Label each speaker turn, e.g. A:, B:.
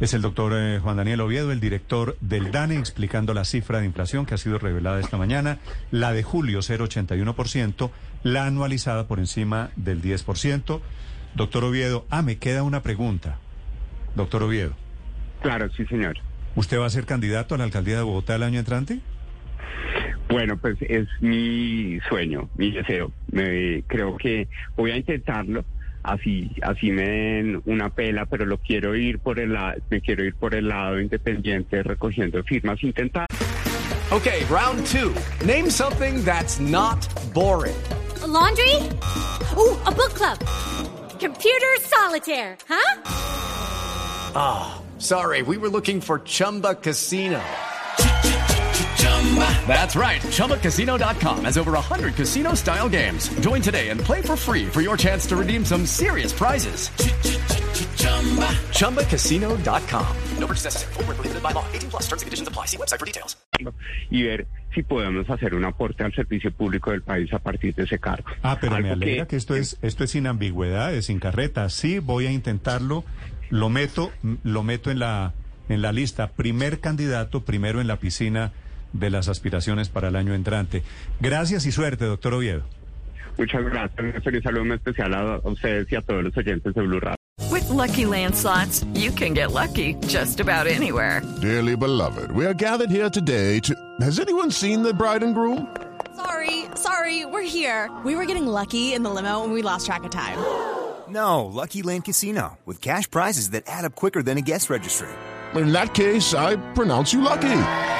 A: Es el doctor eh, Juan Daniel Oviedo, el director del DANE, explicando la cifra de inflación que ha sido revelada esta mañana, la de julio 0,81%, la anualizada por encima del 10%. Doctor Oviedo, ah, me queda una pregunta. Doctor Oviedo,
B: Claro, sí, señor.
A: ¿usted va a ser candidato a la alcaldía de Bogotá el año entrante?
B: Bueno, pues es mi sueño, mi deseo. Me- creo que voy a intentarlo. Así, así me den una pela, pero lo quiero ir por el lado, me quiero ir por el lado independiente recogiendo firmas, intentar.
C: Okay, round two. Name something that's not boring.
D: laundry? Ooh, a book club. Computer solitaire, huh?
C: Sorry, we were looking for Chumba Casino. That's right. ChumbaCasino.com has over 100 casino style games. Join today and play for free for your chance to redeem some serious prizes. ChumbaCasino.com. No purchase necessary. Void where prohibited by law. 18 plus terms and conditions apply. See website for details.
B: y ver si podemos hacer un aporte al servicio público del país a partir de ese cargo.
A: Ah, pero me
B: Algo
A: alegra que esto es, esto es sin ambigüedades, sin carretas. Sí, voy a intentarlo. Lo meto, m- lo meto en la, en la lista. Primer candidato, primero en la piscina de las aspiraciones para el año entrante. Gracias y suerte, doctor Oviedo.
B: Muchas gracias. Un feliz saludo en especial a a ustedes y a todos los oyentes de Blue Radio.
E: With Lucky Land slots, you can get lucky just about anywhere.
F: Dearly beloved, we are gathered here today to. Has anyone seen the bride and groom?
G: Sorry, sorry, we're here. We were getting lucky in the limo and we lost track of time.
H: No, Lucky Land Casino, with cash prizes that add up quicker than a guest registry.
F: In that case, I pronounce you lucky.